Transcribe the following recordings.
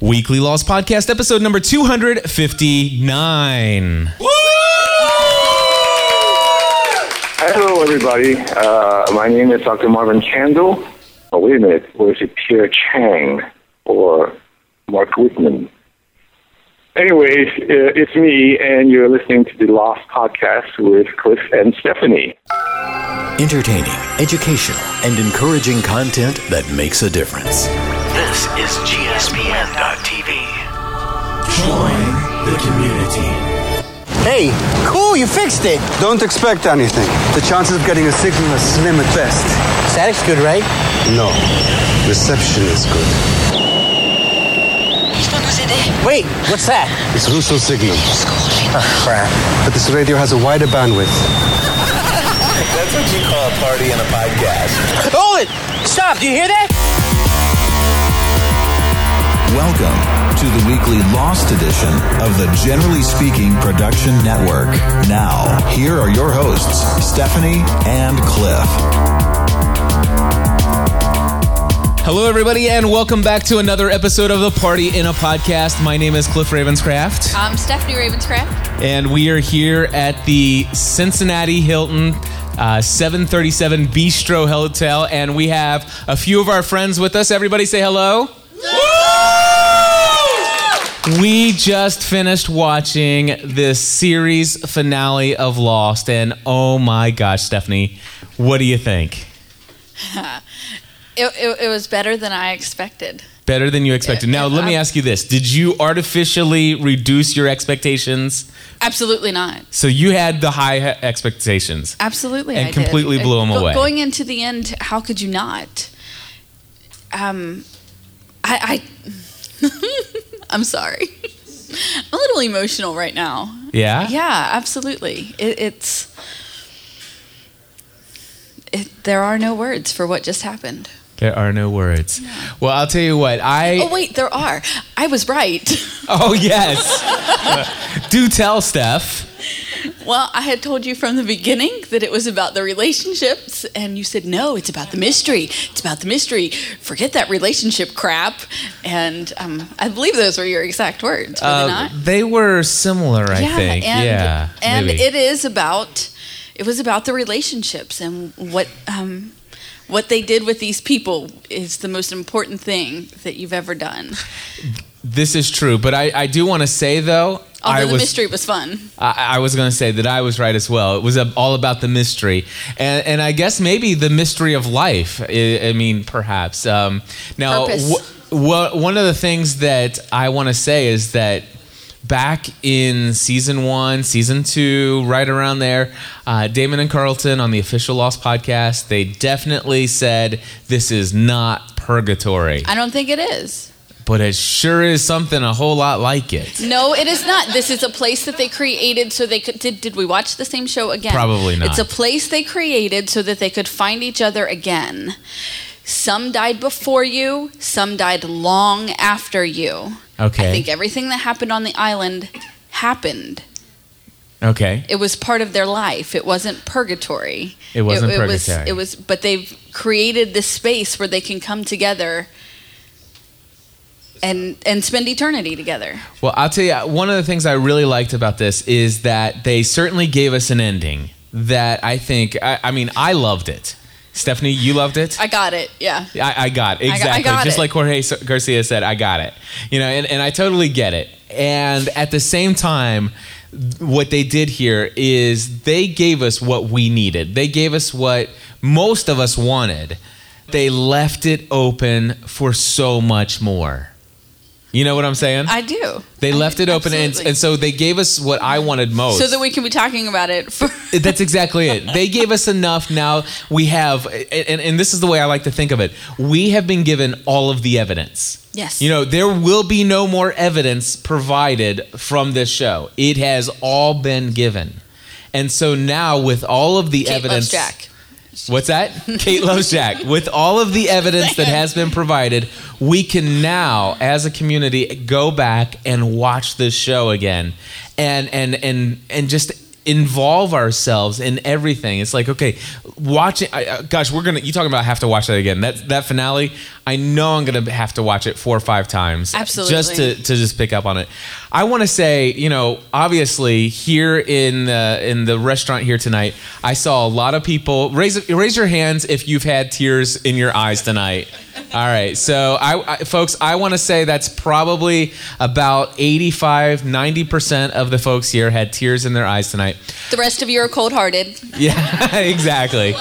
Weekly Laws Podcast, episode number 259. Hello, everybody. Uh, my name is Dr. Marvin Chandel. Oh, wait a minute. Or is it Pierre Chang or Mark Whitman? Anyways, uh, it's me, and you're listening to the Lost Podcast with Cliff and Stephanie. Entertaining, educational, and encouraging content that makes a difference. This is GSPN.TV. Hey, cool, you fixed it. Don't expect anything. The chances of getting a signal are slim at best. Static's good, right? No, reception is good. Je peux vous aider Wait, what's that? It's Russo signal. Ah, crap. But this radio has a wider bandwidth. That's what you call a party and a podcast. Hold it! Stop, do you hear that? Welcome to the weekly Lost edition of the Generally Speaking Production Network. Now, here are your hosts, Stephanie and Cliff. Hello, everybody, and welcome back to another episode of The Party in a Podcast. My name is Cliff Ravenscraft. I'm Um, Stephanie Ravenscraft. and we are here at the Cincinnati Hilton. Uh, 737 Bistro Hotel, and we have a few of our friends with us. Everybody say hello. We just finished watching this series finale of Lost, and oh my gosh, Stephanie, what do you think? It, it, it was better than I expected. Better than you expected. Now, let me ask you this Did you artificially reduce your expectations? Absolutely not. So you had the high he- expectations. Absolutely, And I did. completely blew 'em Go- away. Going into the end, how could you not? Um, I, I I'm sorry. I'm a little emotional right now. Yeah? Yeah, absolutely. It, it's it, there are no words for what just happened. There are no words. Well, I'll tell you what. I Oh wait, there are. I was right. Oh, yes. Do tell, Steph. Well, I had told you from the beginning that it was about the relationships, and you said, no, it's about the mystery. It's about the mystery. Forget that relationship crap. And um, I believe those were your exact words, were Uh, they not? they were similar, I think. And, yeah. And maybe. it is about, it was about the relationships and what, um, what they did with these people is the most important thing that you've ever done. this is true, but I, I do want to say though, Although I the was mystery was fun. I, I was going to say that I was right as well. It was uh, all about the mystery, and and I guess maybe the mystery of life. I, I mean, perhaps. Um, now, Purpose. wh- wha- one of the things that I want to say is that back in season one, season two, right around there, uh, Damon and Carlton on the official Lost podcast, they definitely said this is not purgatory, I don't think it is. but it sure is something a whole lot like it. No, it is not. This is a place that they created so they could. Did, did we watch the same show again? Probably not. It's a place they created so that they could find each other again. Some died before you, some died long after you. Okay. I think everything that happened on the island happened. Okay. It was part of their life. It wasn't purgatory. It wasn't was- purgatory. it was, but they've created this space where they can come together and and spend eternity together. Well, I'll tell you, one of the things I really liked about this is that they certainly gave us an ending that I think, I, I mean, I loved it. Stephanie, you loved it? I got it. Yeah. I, I got it. I exactly. got Just it. like Jorge S- Garcia said, I got it. You know, and, and I totally get it. And at the same time, th- what they did here is they gave us what we needed. They gave us what most of us wanted. They left it open for so much more. You know what I'm saying? I do. They left it open, and, Absolutely. and so they gave us what I wanted most. so that we can be talking about it for. That's exactly it. They gave us enough. Now we have, and, and this is the way I like to think of it. We have been given all of the evidence. Yes. You know, there will be no more evidence provided from this show. It has all been given. And so now, with all of the Kate loves evidence. oh, Jack. What's that? Kate loves Jack. With all of the evidence that has been provided, we can now, as a community, go back and watch this show again, and and and and just involve ourselves in everything. It's like okay, watching. I, uh, gosh, we're gonna. You talking about I have to watch that again? That that finale. I know I'm gonna have to watch it four or five times. Absolutely. Just to to just pick up on it. I want to say, you know, obviously here in the in the restaurant here tonight, I saw a lot of people raise raise your hands if you've had tears in your eyes tonight. All right, so I, I folks, I want to say that's probably about 85, 90 percent of the folks here had tears in their eyes tonight. The rest of you are cold hearted. Yeah, exactly.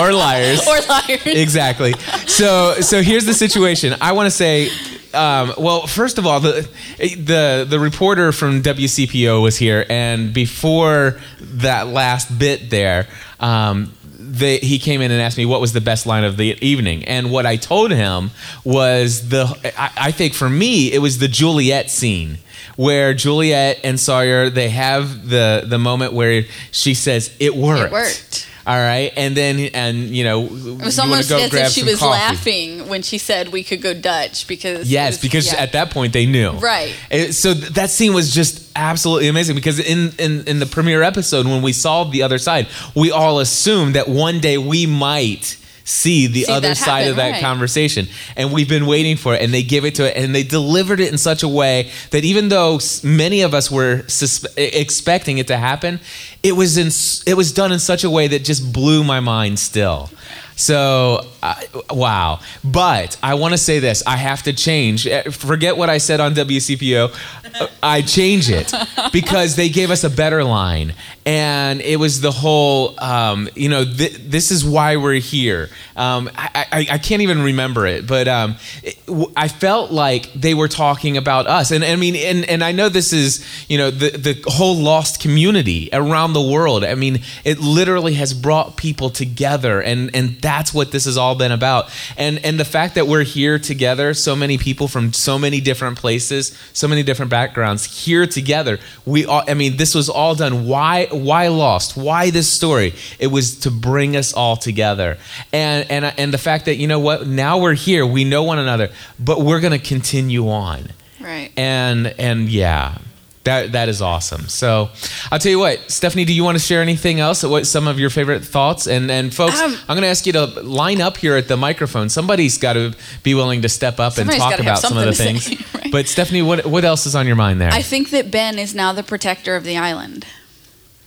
or liars. Or liars. Exactly. So so here's the situation. I want to say um, well, first of all, the the the reporter from WCPO was here, and before that last bit there, um, they, he came in and asked me what was the best line of the evening, and what I told him was the I, I think for me it was the Juliet scene where Juliet and Sawyer they have the the moment where she says it worked. It worked. All right, and then and you know, it was almost as if she was coffee. laughing when she said we could go Dutch because yes, was, because yeah. at that point they knew right. It, so th- that scene was just absolutely amazing because in, in in the premiere episode when we solved the other side, we all assumed that one day we might see the See other that side happen, of that right. conversation. And we've been waiting for it, and they give it to it, and they delivered it in such a way that even though s- many of us were suspe- expecting it to happen, it was in s- it was done in such a way that just blew my mind. Still, so I wow. But I want to say this: I have to change. Eh, Forget what I said on WCPO. Uh, I change it because they gave us a better line, and it was the whole. Um, you know, th- this is why we're here. Um, I-, I I can't even remember it, but um, it- w- I felt like they were talking about us, and I mean, and and I know this is you know the the whole lost community around the world. I mean, it literally has brought people together, and and that's what this has all been about. And and the fact that we're here together, so many people from so many different places, so many different backgrounds here together. We all, I mean, this was all done. Why why lost? Why this story? It was to bring us all together, and and and the fact that you know what? Now we're here. We know one another, but we're gonna continue on Right. and and yeah that that is awesome so i'll tell you what stephanie do you want to share anything else what some of your favorite thoughts and and folks Um, i'm going to ask you to line up here at the microphone somebody's got to be willing to step up and Somebody's talk gotta have about some of the something things to say, right? but stephanie what what else is on your mind there I think that Ben is now the protector of the island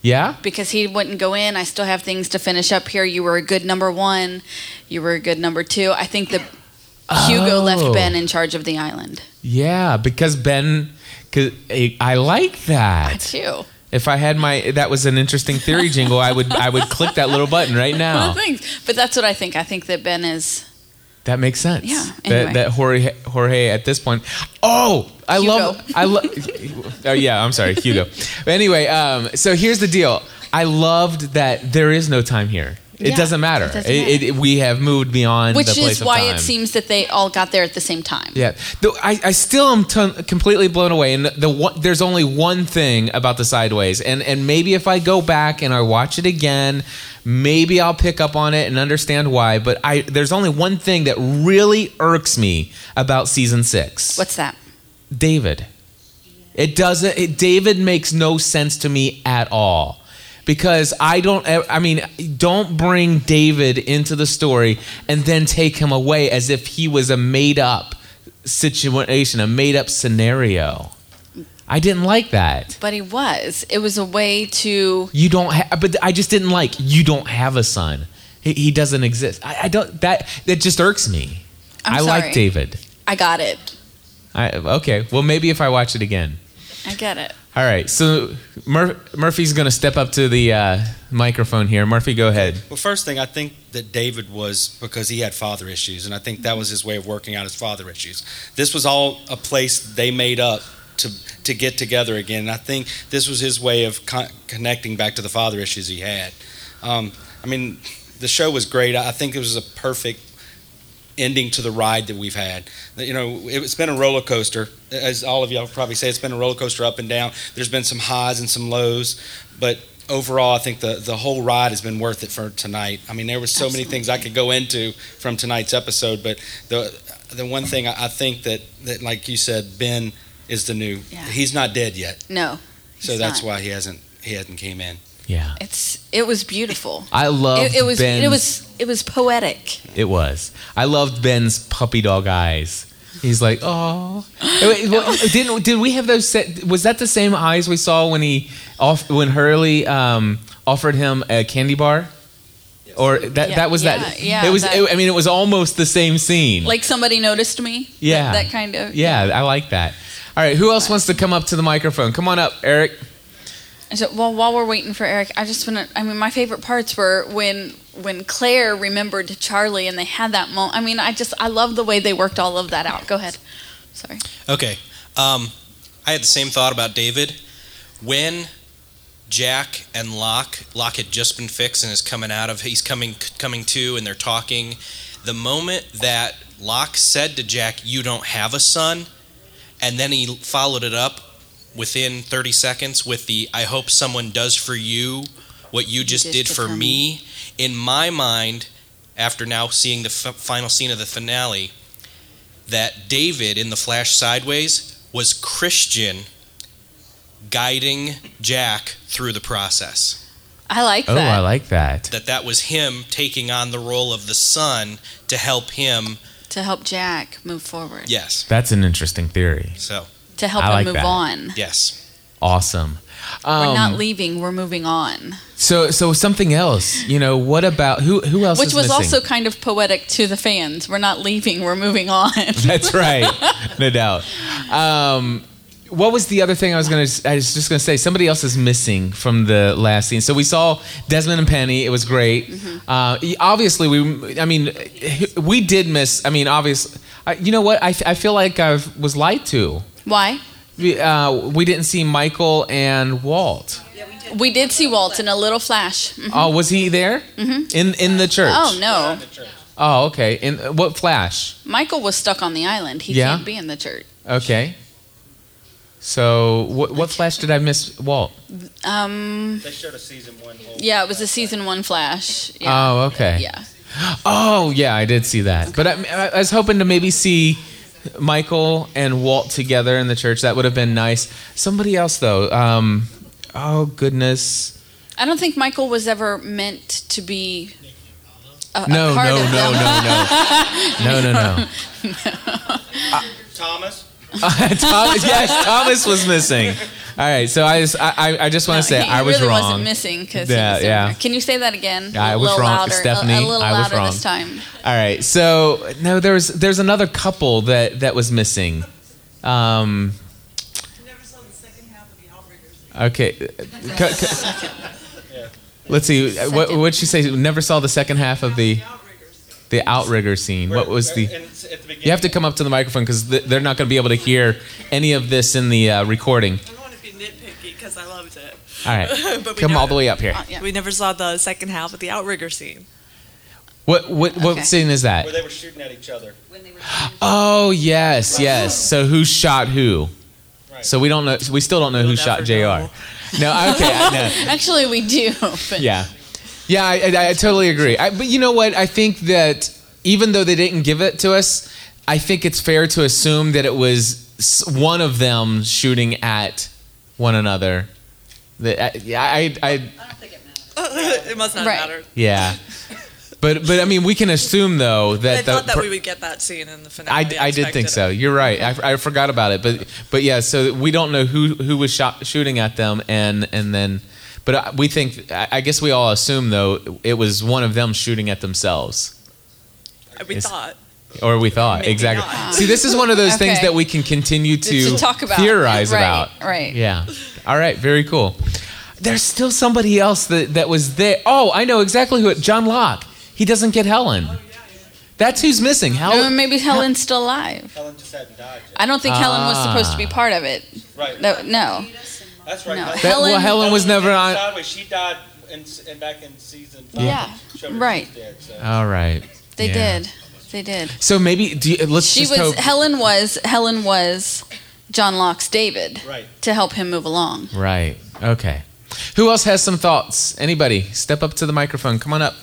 yeah because he wouldn't go in. I still have things to finish up here. You were a good number one. You were a good number two. I think that Hugo Oh. left Ben in charge of the island. yeah because ben cause, eh, i like I that too. if i had my that was an interesting theory jingle i would i would click that little button right now Thanks. But that's what I think. I think that Ben is. That makes sense. Yeah, That, anyway. that Jorge, Jorge at this point. Oh, I Hugo. love. I love. oh yeah, I'm sorry, Hugo. But anyway, um, so here's the deal. I loved that there is no time here. It Yeah, doesn't matter. it doesn't It, it, we have moved beyond the Which place is of why time. it seems that they all got there at the same time. Yeah, Though I, I still am ton- completely blown away. And the, the one, there's only one thing about the sideways, and and maybe if I go back and I watch it again, maybe I'll pick up on it and understand why. But I there's only one thing that really irks me about season six. What's that? David. It doesn't. It, David makes no sense to me at all because I don't. e, I mean, don't bring David into the story and then take him away as if he was a made up situation, a made up scenario. I didn't like that. But he was. It was a way to. You don't. Ha- but I just didn't like. You don't have a son. He, he doesn't exist. I, I don't. That that just irks me. I'm I sorry. like David. I got it. I, okay. Well, maybe if I watch it again. I get it. All right, so Mur- Murphy's going to step up to the uh, microphone here. Murphy, go ahead. Well, first thing, I think that David was because he had father issues, and I think that was his way of working out his father issues. This was all a place they made up to to get together again, and I think this was his way of con- connecting back to the father issues he had. Um, I mean, the show was great. I I think it was a perfect ending to the ride that we've had. You know, it's been a roller coaster, as all of y'all probably say. It's been a roller coaster up and down. There's been some highs and some lows, but overall, I think the the whole ride has been worth it for tonight. I mean, there were so many things I could go into from tonight's episode, but the the one thing I, I think that that like you said, Ben is the new. Yeah. He's not dead yet, No. so he's that's not. why he hasn't. hit and came in. Yeah. It's it was beautiful. I loved it, it was Ben's- it was it was poetic. It was. I loved Ben's puppy dog eyes. He's like, oh. didn't did we have those? Set, was that the same eyes we saw when he off when Hurley um, offered him a candy bar? Or that Yeah, that was that. yeah, yeah, it was. that- it- I mean, it was almost the same scene. Like uh, somebody noticed me. Yeah. That, that kind of yeah, I like that. All right, who else wants to come up to the microphone? Come on up, Eric. And So, well, while we're waiting for Eric, I just want to. I mean, my favorite parts were when when Claire remembered Charlie, and they had that moment. I mean, I just I love the way they worked all of that out. Go ahead. Sorry. Okay. Um, I had the same thought about David. When Jack and Locke, Locke had just been fixed and is coming out of, he's coming coming to, and they're talking. The moment that Locke said to Jack, "You don't have a son," and then he followed it up within 30 seconds with the, "I hope someone does for you what you just did did, for for me." In my mind, after now seeing the f- final scene of the finale, that David in the flash sideways was Christian guiding Jack through the process. I like Oh, that. I like that. That that was him taking on the role of the son to help him. to help Jack move forward. Yes. That's an interesting theory. So To help I him like move that. on. Yes. Awesome. we're Um, not leaving. We're moving on, So so something else. You know what about who who else? which is was missing? also kind of poetic to the fans. We're not leaving. We're moving on. That's right, no doubt. Um, what was the other thing I was gonna? I was just gonna say somebody else is missing from the last scene. So we saw Desmond and Penny. It was great. Mm-hmm. Uh, y- obviously, we. I mean, we did miss. I mean, obviously, I, you know what? I, f- I feel like I was lied to. Why? We, uh, we didn't see Michael and Walt. We did see Walt in a little flash. Mhm. Oh, was he there Mhm. in in the church? Oh no, Oh, okay. In what flash? Michael was stuck on the island. He Yeah? can't be in the church. Okay. So what what flash did I miss, Walt? Um, they showed a season one. yeah, it was a season one flash. Yeah. Oh, okay. Yeah. Oh, yeah, I did see that. But I, I was hoping to maybe see Michael and Walt together in the church. That would have been nice. Somebody else though. Um, oh goodness. I don't think Michael was ever meant to be. A, a No, part no, of no, them. no, no. No, no, no. Thomas. Thomas, yes, Thomas was missing. All right, so I just I, I- I just want to say he I was really wrong. wasn't missing because Yeah, yeah. Can you say that again? Yeah, I a was little wrong, louder, a- Stephanie. A, little I was louder this wrong. time. All right. So no, there's there's another couple that that was missing. Um, okay. C- c- Let's see. What what'd she say? Never saw the second half of the the outrigger scene. What was the? You have to come up to the microphone because th- they're not going to be able to hear any of this in the uh, recording. because I loved it. All right. Come all the way up here. Uh, We never saw the second half of the outrigger scene. What what what Okay. scene is that? Where they were shooting at each other. Oh yes, yes. So who shot who? So we don't know. We still don't know who shot Jr. No, okay, I know. Actually, we do. But Yeah, yeah. I, I, I totally agree. I, but you know what? I think that even though they didn't give it to us, I think it's fair to assume that it was s- one of them shooting at one another. The, I, I, I, it must not matter. yeah. But but I mean, we can assume though I that the thought that per- we would get that scene in the finale. I, I did think so. You're right. I, I forgot about it, but but yeah. So we don't know who who was shot, shooting at them, and and then, but I- we think. I I guess we all assume though it was one of them shooting at themselves, We It's- thought. or we thought Maybe exactly. not. See, this is one of those things Okay. that we can continue to, To talk about. theorize Right, about. right. Yeah. All right. Very cool. There's still somebody else that that was there. Oh, I know exactly who. it John Locke. He doesn't get Helen. That's who's missing. Helen. Or maybe Helen's still alive. Helen just hadn't died. I don't think Helen was supposed to be Ah. part of it. Right. No. no. That's right. No. Helen- That- well, Helen was never on. Sideways. She died in, in back in season five. Yeah. Showed her Right. she was dead, so. All right. They Yeah. did. They did. So maybe do you, let's she just was hope. Helen was Helen was John Locke's David Right. to help him move along. right. Okay. Who else has some thoughts? Anybody? Step up to the microphone. Come on up.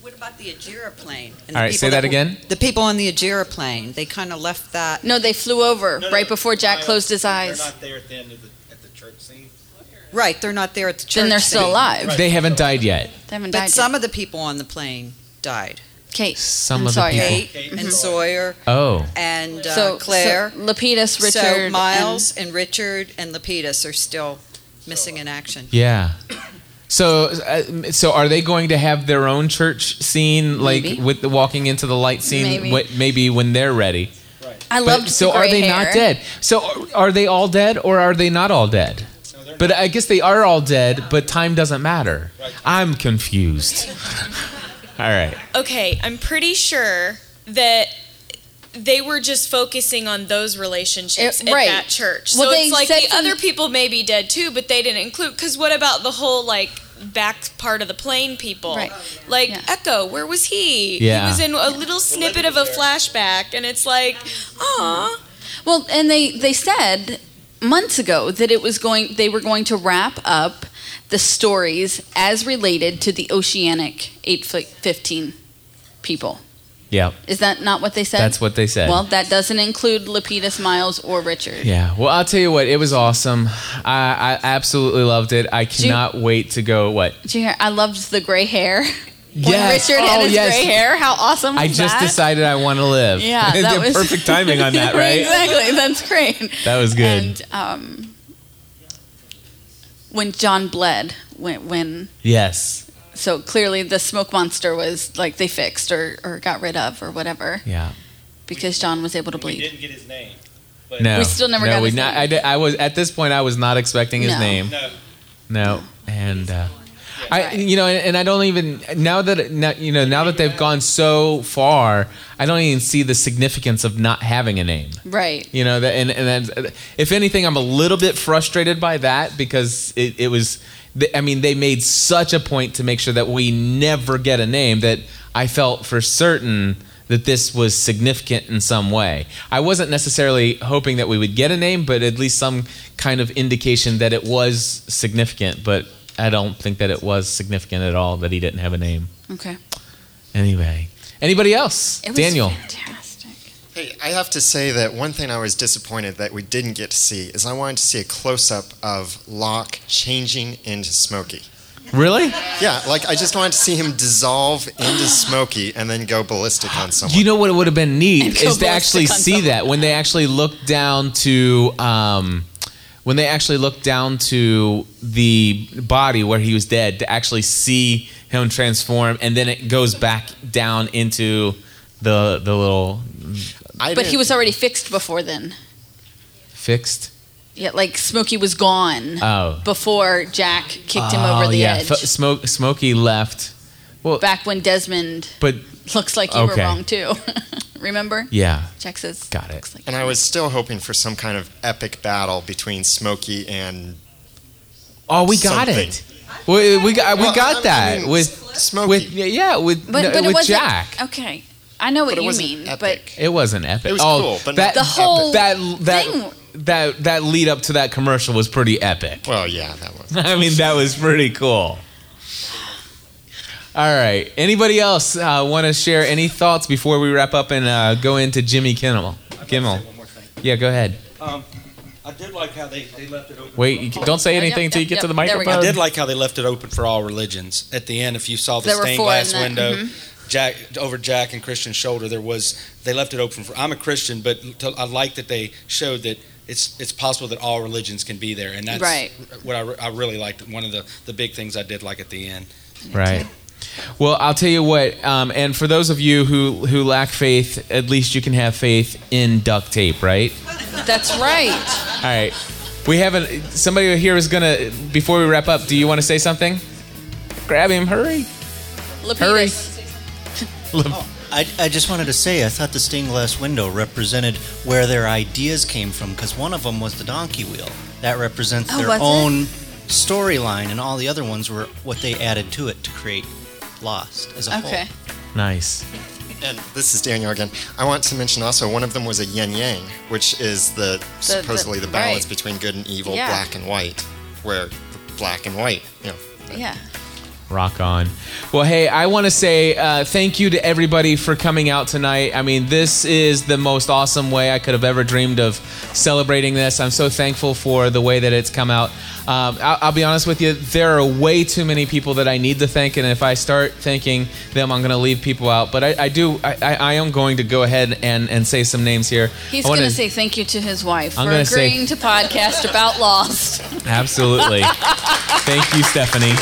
What about the Ajira plane? All right, people say that again. The people on the Ajira plane, they kind of left Uh, that. No, they flew over right before Jack closed his eyes. They're not there at the end of the, at the church scene. Right, they're not there at the church. Then they're still thing. alive. They haven't died yet. They haven't But died some of the people on the plane died. Kate. Some and of the Sawyer. people. Mm-hmm. Kate and Sawyer. Oh. And uh, So- so Claire. Lapidus, Richard, So Miles and, Richard and Lapidus are still uh, missing in action. Yeah. So, uh, so are they going to have their own church scene, like Maybe. with the walking into the light scene? Maybe. wh- maybe when they're ready. I But- loved So the are gray they hair. not dead? So are, are they all dead, or are they not all dead? But I guess they are all dead. But time doesn't matter. I'm confused. all right. Okay, I'm pretty sure that they were just focusing on those relationships It- right. at that church. so Well, they it's like said the from- other people may be dead too, but they didn't include. Because what about the whole like back part of the plane people? Right. Like Echo, where was he? Yeah. He was in a little snippet of a flashback, and it's like, ah. Well, and they they said months ago that it was going they were going to wrap up the stories as related to the Oceanic 815 people. Yeah. Is that not what they said? That's what they said. Well, that doesn't include Lapidus, Miles, or Richard. Yeah. Well, I'll tell you what. It was awesome. I, I absolutely loved it. I you- cannot wait to go. What? Did you hear? I loved the gray hair. When Yes. Richard had Oh, his yes. gray hair. How awesome was I just that? decided I want to live. Yeah, that The was- perfect timing on that, right? exactly. That's great. That was good. And um, when John bled, when, when yes. so clearly the smoke monster was like they fixed or, or got rid of or whatever Yeah. because John was able to bleed. didn't get his name. No. We still never no, got we his not, name. I, did- I was at this point. I was not expecting his No. Mm. name. No. No. And. Uh, I you know and, and I don't even now that now, you know now that they've gone so far I don't even see the significance of not having a name. Right. You know, that, and and that's, if anything, I'm a little bit frustrated by that because it, it was. th- I mean, they made such a point to make sure that we never get a name that I felt for certain that this was significant in some way. I wasn't necessarily hoping that we would get a name, but at least some kind of indication that it was significant. But I don't think that it was significant at all that he didn't have a name. Okay. Anyway, anybody else? It was Daniel. Hey, I have to say that one thing I was disappointed that we didn't get to see is I wanted to see a close up of Locke changing into Smokey. Really? Yeah, like I just wanted to see him dissolve into Smokey and then go ballistic on someone. You know what it would have been And neat go is to ballistic actually on see that when they actually look down to um, when they actually look down to the body where he was dead to actually see him transform and then it goes back down into the the little but he was already fixed before then. fixed. Yeah, like Smokey was gone Oh. before Jack kicked him Oh, over the yeah. edge. F- Smoke Smokey left, back when Desmond but looks like you were Okay. wrong too. Remember? Yeah. Jack says got it. And I was still hoping for some kind of epic battle between Smokey and Oh, we got Something. it. We, we got we Well, I- I got that mean, with with yeah with But, no, but it with wasn't Jack. okay. I know what But it you wasn't mean, but It wasn't epic. It was oh, cool, but that, not The whole that that, thing- that that lead up to that commercial was pretty epic. Well, yeah, that was. I mean, that was pretty cool. All right. Anybody else uh, want to share any thoughts before we wrap up and uh, go into Jimmy Kimmel? Kimmel. Yeah, go ahead. Um, I did like how they, they left it open. Wait, you c- don't say anything till you get to the microphone. I did like how they left it open for all religions. At the end, if you saw the There were stained four in glass that, window, mhm. Jack over Jack and Christian's shoulder, there was they left it open for. I'm a Christian, but to, I like that they showed that it's it's possible that all religions can be there, and that's Right. what I, re- I really liked. One of the the big things I did like at the end. Right. Well, I'll tell you what. Um, and for those of you who who lack faith, at least you can have faith in duct tape, right? that's right. All right. We haven't. Somebody here is gonna. Before we wrap up, do you want to say something? Grab him. Hurry. Lapidus. I, I just wanted to say, I thought the stained glass window represented where their ideas came from, because one of them was the donkey wheel. That represents Oh, their was it? own storyline, and all the other ones were what they added to it to create Lost as a Okay. Nice. And this is Daniel again. I want to mention also one of them was a yin yang, which is the, The- the- supposedly the, balance right. between good and evil, Yeah. black and white, where black and white, you know, Yeah. Rock on. Well, hey, I want to say uh, thank you to everybody for coming out tonight. I mean, this is the most awesome way I could have ever dreamed of celebrating this. I'm so thankful for the way that it's come out. Um, I'll, I'll be honest with you, there are way too many people that I need to thank, and if I start thanking them, I'm going to leave people out. But I, I do, I, I I am going to go ahead and, and say some names here. He's I wanna- going to say thank you to his wife I'm for gonna say- agreeing to podcast about Lost. Absolutely. thank you, Stephanie.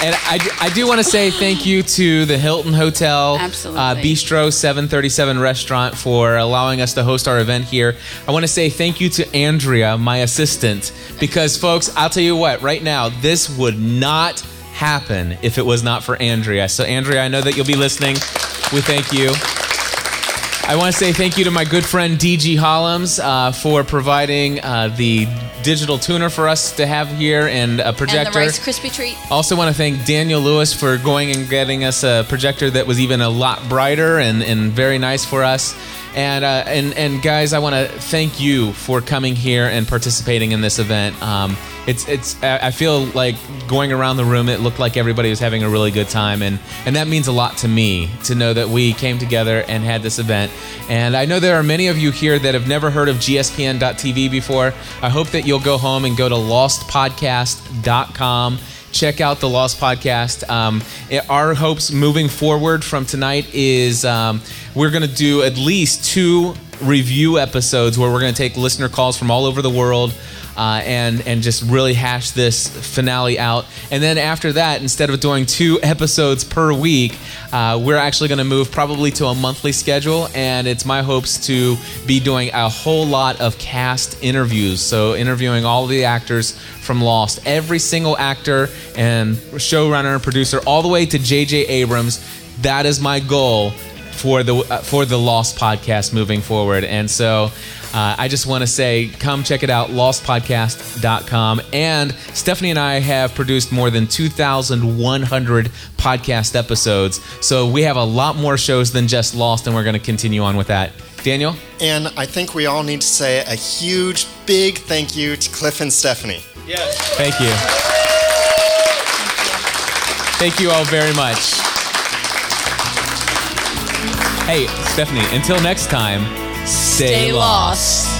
And I, do- I do want to say thank you to the Hilton Hotel Absolutely. Uh, Bistro 737 Restaurant for allowing us to host our event here. I want to say thank you to Andrea, my assistant, because, folks, I'll tell you what, right now, this would not happen if it was not for Andrea. So, Andrea, I know that you'll be listening. We thank you. I want to say thank you to my good friend DG Hollums uh, for providing uh, the digital tuner for us to have here and a projector. And the Rice Krispie treat. Also, want to thank Daniel Lewis for going and getting us a projector that was even a lot brighter and, and very nice for us. And, uh, and and guys, I want to thank you for coming here and participating in this event. Um, it's it's I I feel like going around the room, it looked like everybody was having a really good time, and and that means a lot to me to know that we came together and had this event. And I know there are many of you here that have never heard of GSPN.TV before. I hope that you'll go home and go to LostPodcast.com check out the Lost Podcast. Um, it- our hopes moving forward from tonight is um, we're going to do at least two review episodes where we're going to take listener calls from all over the world. Uh, and and just really hash this finale out, and then after that, instead of doing two episodes per week, uh, we're actually going to move probably to a monthly schedule. And it's my hopes to be doing a whole lot of cast interviews, so interviewing all the actors from Lost, every single actor and showrunner and producer, all the way to J.J. Abrams. That is my goal for the uh, for the Lost podcast moving forward. And so, uh, I just want to say, come check it out, lostpodcast.com. And Stephanie and I have produced more than 2,100 podcast episodes, so we have a lot more shows than just Lost, and we're going to continue on with that. Daniel. And I think we all need to say a huge, big thank you to Cliff and Stephanie. Thank you. Thank you all very much. Hey, Stephanie, until next time, stay, Stay lost.